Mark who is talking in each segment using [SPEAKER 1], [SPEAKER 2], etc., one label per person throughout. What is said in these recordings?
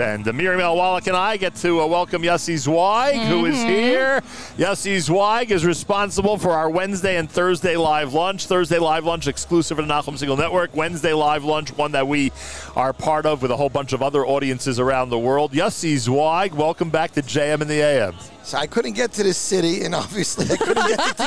[SPEAKER 1] And uh, Miriam L. Wallach and I get to uh, welcome Yossi Zweig, who is here. Yossi Zweig is responsible for our Wednesday and Thursday live lunch. Thursday live lunch exclusive to the Nahum Single Network. Wednesday live lunch, one that we are part of with a whole bunch of other audiences around the world. Yossi Zweig, welcome back to JM and the AM.
[SPEAKER 2] So I couldn't get to the city, and obviously I couldn't get to
[SPEAKER 1] So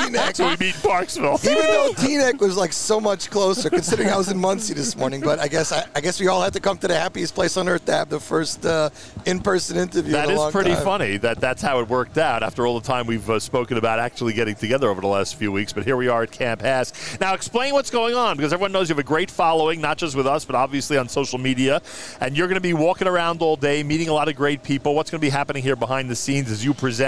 [SPEAKER 2] Teaneck.
[SPEAKER 1] we meet Parksville.
[SPEAKER 2] Even though Teaneck was like so much closer, considering I was in Muncie this morning, but I guess I, I guess we all had to come to the happiest place on earth to have the first uh, in-person interview.
[SPEAKER 1] That
[SPEAKER 2] in a
[SPEAKER 1] is
[SPEAKER 2] long
[SPEAKER 1] pretty
[SPEAKER 2] time.
[SPEAKER 1] funny that that's how it worked out after all the time we've uh, spoken about actually getting together over the last few weeks. But here we are at Camp Hask. Now, explain what's going on because everyone knows you have a great following, not just with us, but obviously on social media. And you're going to be walking around all day, meeting a lot of great people. What's going to be happening here behind the scenes as you present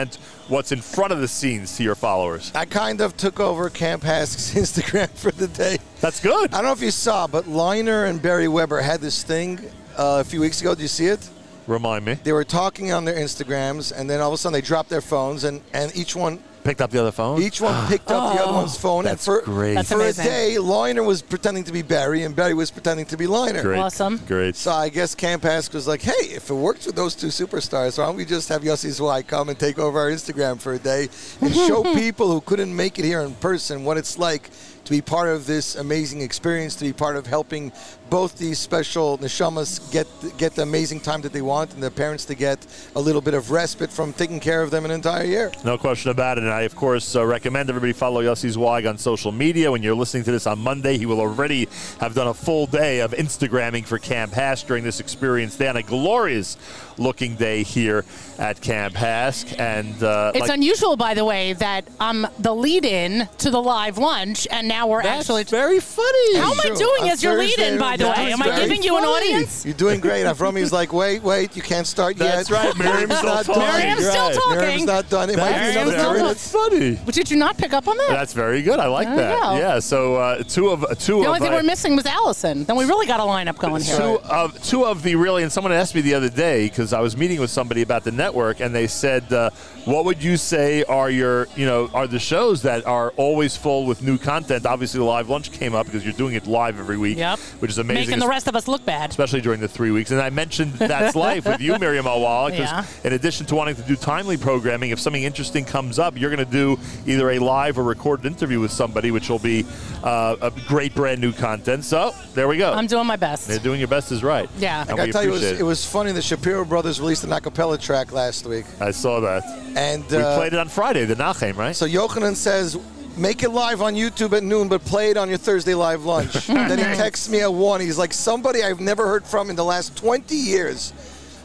[SPEAKER 1] what's in front of the scenes to your followers?
[SPEAKER 2] I kind of took over Camp Hask's Instagram for the day.
[SPEAKER 1] That's good.
[SPEAKER 2] I don't know if you saw, but Liner and Barry Weber had this thing uh, a few weeks ago. Did you see it?
[SPEAKER 1] Remind me.
[SPEAKER 2] They were talking on their Instagrams, and then all of a sudden they dropped their phones, and, and each one
[SPEAKER 1] Picked up the other phone.
[SPEAKER 2] Each one picked up the other one's phone.
[SPEAKER 1] Oh, that's
[SPEAKER 2] and for,
[SPEAKER 1] great. That's
[SPEAKER 2] for
[SPEAKER 3] amazing.
[SPEAKER 2] a day, Liner was pretending to be Barry, and Barry was pretending to be Liner.
[SPEAKER 1] great.
[SPEAKER 3] Awesome.
[SPEAKER 1] Great.
[SPEAKER 2] So I guess Camp Ask was like, hey, if it works with those two superstars, why don't we just have Yossi Zwei come and take over our Instagram for a day and show people who couldn't make it here in person what it's like to be part of this amazing experience, to be part of helping both these special neshamas get get the amazing time that they want and their parents to get a little bit of respite from taking care of them an entire year.
[SPEAKER 1] No question about it. And I, of course, uh, recommend everybody follow Yossi Zweig on social media. When you're listening to this on Monday, he will already have done a full day of Instagramming for Camp Hask during this experience. They had a glorious looking day here at Camp Hask. And uh,
[SPEAKER 3] It's
[SPEAKER 1] like-
[SPEAKER 3] unusual, by the way, that I'm the lead-in to the live lunch, and now we're actually.
[SPEAKER 1] very funny.
[SPEAKER 3] How am I
[SPEAKER 2] True.
[SPEAKER 3] doing
[SPEAKER 2] On
[SPEAKER 3] as your
[SPEAKER 2] Thursday,
[SPEAKER 3] lead-in? By the
[SPEAKER 2] that
[SPEAKER 3] way,
[SPEAKER 2] was
[SPEAKER 3] am I
[SPEAKER 2] very
[SPEAKER 3] giving you an
[SPEAKER 1] funny.
[SPEAKER 3] audience?
[SPEAKER 2] You're doing great. Avromi's like, wait, wait, you can't start
[SPEAKER 1] That's
[SPEAKER 2] yet.
[SPEAKER 1] right. Miriam's still
[SPEAKER 2] not
[SPEAKER 1] talking.
[SPEAKER 2] done.
[SPEAKER 3] Miriam's still
[SPEAKER 1] Right.
[SPEAKER 3] talking.
[SPEAKER 2] Miriam's not done. It might be another
[SPEAKER 3] Miriam's still
[SPEAKER 2] three
[SPEAKER 3] talking.
[SPEAKER 2] minutes.
[SPEAKER 1] That's funny.
[SPEAKER 3] But Did you not pick up on that?
[SPEAKER 1] That's very good. I like
[SPEAKER 3] There you
[SPEAKER 1] that.
[SPEAKER 3] go.
[SPEAKER 1] Yeah. So uh, two of two
[SPEAKER 3] the only
[SPEAKER 1] of
[SPEAKER 3] thing
[SPEAKER 1] uh,
[SPEAKER 3] we're missing was Allison. Then we really got a lineup going here.
[SPEAKER 1] Two of two of the really, and someone asked me the other day because I was meeting with somebody about the network, and they said, uh, "What would you say are your, you know, are the shows that are always full with new content?" Obviously, the live lunch came up because you're doing it live every week,
[SPEAKER 3] Yep.
[SPEAKER 1] which is amazing.
[SPEAKER 3] Making the rest of us look bad.
[SPEAKER 1] Especially during the three weeks. And I mentioned That's Life with you, Miriam Awala, because
[SPEAKER 3] Yeah.
[SPEAKER 1] in addition to wanting to do timely programming, if something interesting comes up, you're going to do either a live or recorded interview with somebody, which will be uh, a great brand new content. So there we go.
[SPEAKER 3] I'm doing my
[SPEAKER 1] They're
[SPEAKER 3] best.
[SPEAKER 1] doing your best is right.
[SPEAKER 3] Yeah.
[SPEAKER 1] And
[SPEAKER 3] I
[SPEAKER 2] I
[SPEAKER 1] we
[SPEAKER 2] gotta tell you, it was,
[SPEAKER 1] appreciate
[SPEAKER 2] it was funny. The Shapiro brothers released an acapella track last week,
[SPEAKER 1] I saw that.
[SPEAKER 2] and
[SPEAKER 1] We
[SPEAKER 2] uh,
[SPEAKER 1] played it on Friday, the Nachem, right?
[SPEAKER 2] So Yochanan says, make it live on YouTube at noon, but play it on your Thursday live lunch. then he texts me at one. He's like, somebody I've never heard from in the last 20 years.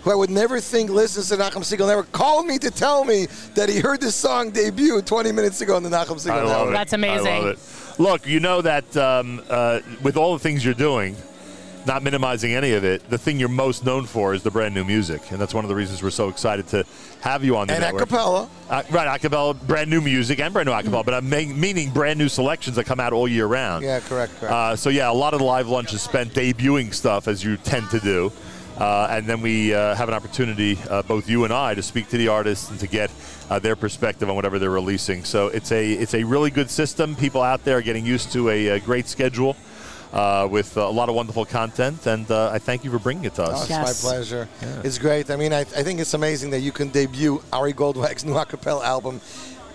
[SPEAKER 2] Who I would never think listens to Nachum Siegel Network called me to tell me that he heard this song debut 20 minutes ago on the Nachum Siegel
[SPEAKER 1] I
[SPEAKER 2] Network.
[SPEAKER 1] love it.
[SPEAKER 3] That's
[SPEAKER 1] I
[SPEAKER 3] amazing.
[SPEAKER 1] love it. Look, you know that um, uh, with all the things you're doing, not minimizing any of it, the thing you're most known for is the brand new music, and that's one of the reasons we're so excited to have you on the
[SPEAKER 2] And
[SPEAKER 1] network.
[SPEAKER 2] acapella. Mm.
[SPEAKER 1] Uh, right, acapella, brand new music and brand new acapella, but I'm ma- meaning brand new selections that come out all year round.
[SPEAKER 2] Yeah, correct, correct.
[SPEAKER 1] Uh, so yeah, a lot of the live lunch is spent debuting stuff as you tend to do, uh, and then we uh, have an opportunity, uh, both you and I, to speak to the artists and to get uh, their perspective on whatever they're releasing. So it's a it's a really good system. People out there are getting used to a, uh great schedule. Uh, with a lot of wonderful content, and uh, I thank you for bringing it to
[SPEAKER 2] Oh,
[SPEAKER 1] us.
[SPEAKER 2] it's
[SPEAKER 3] Yes.
[SPEAKER 2] my pleasure. It's great. I mean, I, I think it's amazing that you can debut Ari Goldwag's new acapella album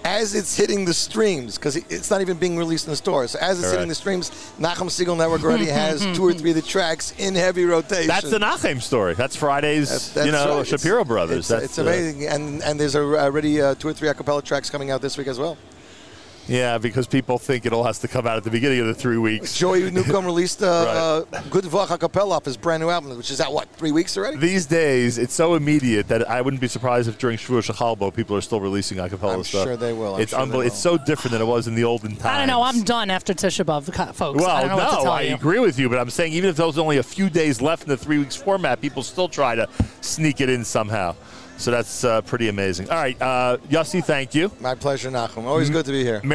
[SPEAKER 2] as it's hitting the streams because it's not even being released in the stores. So as it's hitting
[SPEAKER 1] Correct.
[SPEAKER 2] the streams, Nachum Siegel Network already has two or three of the tracks in heavy rotation.
[SPEAKER 1] That's the Nachem story. That's Friday's,
[SPEAKER 2] That's- that's
[SPEAKER 1] you know,
[SPEAKER 2] right. It's-
[SPEAKER 1] Shapiro Brothers.
[SPEAKER 2] It's,
[SPEAKER 1] that's
[SPEAKER 2] it's
[SPEAKER 1] uh,
[SPEAKER 2] amazing, and and there's already uh, two or three acapella tracks coming out this week as well.
[SPEAKER 1] Yeah, because people think it all has to come out at the beginning of the three weeks.
[SPEAKER 2] Joey Newcomb released uh, uh, Good Vach acapella off his brand new album, which is out what three weeks already.
[SPEAKER 1] These days, it's so immediate that I wouldn't be surprised if during Shavuot Shechalbo people are still releasing acapella
[SPEAKER 2] I'm
[SPEAKER 1] stuff.
[SPEAKER 2] sure they will. I'm
[SPEAKER 1] it's
[SPEAKER 2] sure they
[SPEAKER 1] unbel- It's so different than it was in the olden times.
[SPEAKER 3] I don't know. I'm done after Tisha B'av, co- folks.
[SPEAKER 1] Well,
[SPEAKER 3] I don't know
[SPEAKER 1] no,
[SPEAKER 3] what to tell
[SPEAKER 1] I
[SPEAKER 3] you.
[SPEAKER 1] agree with you, but I'm saying even if there's only a few days left in the three weeks format, people still try to sneak it in somehow. So that's uh, pretty amazing. All right, uh, Yossi, thank you. Mm-hmm.
[SPEAKER 2] my pleasure, Nachum. Always good to be here.